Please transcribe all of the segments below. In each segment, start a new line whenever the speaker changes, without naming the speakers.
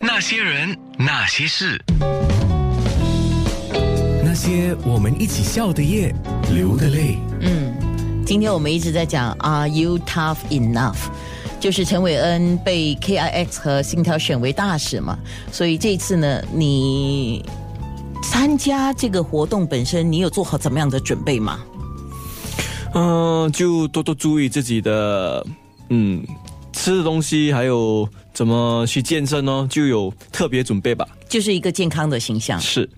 那些人，那些事，那些我们一起笑的夜，流的泪。
今天我们一直在讲 Are you tough enough？就是陈伟恩被 KIX 和信条选为大使嘛，所以这一次呢，你参加这个活动本身，你有做好怎么样的准备吗？
嗯，就多多注意自己的，嗯，吃的东西，还有怎么去健身哦，就有特别准备吧。
就是一个健康的形象，
是，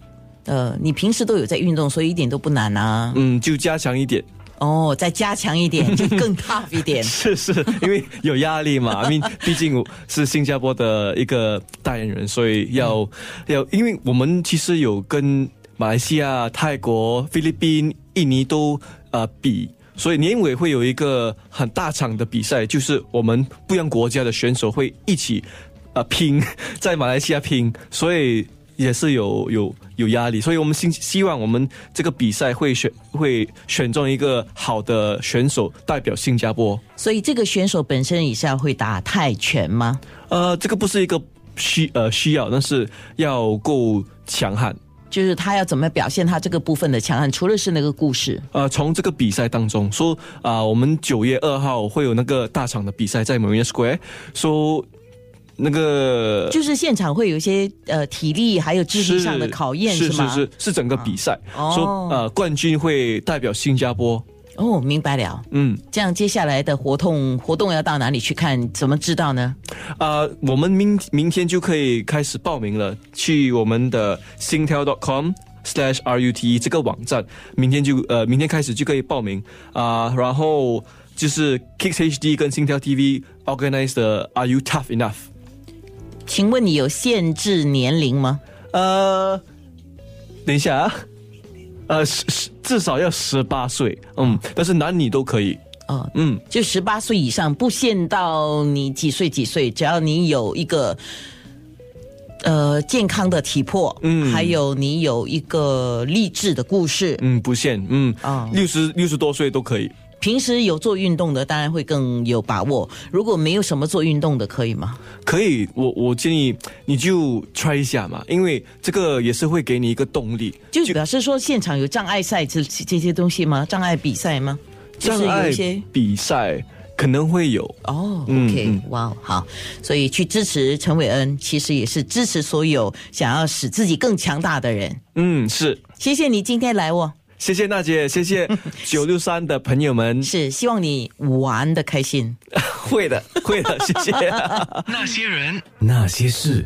呃，你平时都有在运动，所以一点都不难啊。
嗯，就加强一点。
哦，再加强一点，就更 tough 一点。
是是，因为有压力嘛，因为毕竟我是新加坡的一个代言人，所以要、要，因为我们其实有跟马来西亚、泰国、菲律宾、印尼都呃比。所以年尾会有一个很大场的比赛，就是我们不一样国家的选手会一起，呃，拼 在马来西亚拼，所以也是有有有压力。所以我们希希望我们这个比赛会选会选中一个好的选手代表新加坡。
所以这个选手本身以下会打泰拳吗？
呃，这个不是一个需呃需要，但是要够强悍。
就是他要怎么表现他这个部分的强悍，除了是那个故事，
呃，从这个比赛当中说啊、我们九月二号会有那个大场的比赛在 Marina Square，说、那个
就是现场会有一些呃体力还有智力上的考验，
是
吗？
是是是整个比赛，
哦
说呃冠军会代表新加坡，
哦，明白了。
嗯
这样接下来的活动活动要到哪里去看？怎么知道呢？
啊、我们明明天就可以开始报名了，去我们的 singtel.com。slash rute E 这个网站，明天就呃，明天开始就可以报名啊、然后就是 Kicks HD 跟星条 TV organize 的 Are You Tough Enough？
请问你有限制年龄吗？
呃，等一下啊，呃，十十至少要十八岁，嗯，但是男女都可以，
哦，
嗯，
就十八岁以上，不限到你几岁几岁，只要你有一个呃健康的体魄，嗯，还有你有一个励志的故事，
嗯，不限，嗯
哦，
六十六十多岁都可以。
平时有做运动的，当然会更有把握。如果没有什么做运动的，可以吗？
可以，我我建议你就 try 一下嘛，因为这个也是会给你一个动力。
就表示说现场有障碍赛这这些东西吗？障碍比赛吗？就是
障
有
碍
一些
比赛可能会有，
哦、
嗯
o k
嗯
哇、哦，好，所以去支持陈伟恩，其实也是支持所有想要使自己更强大的人。
嗯，是，
谢谢你今天来哦，
谢谢娜姐，谢谢九六三的朋友们，
是希望你玩的开心。
会的，会的，谢谢。
那些人，那些事。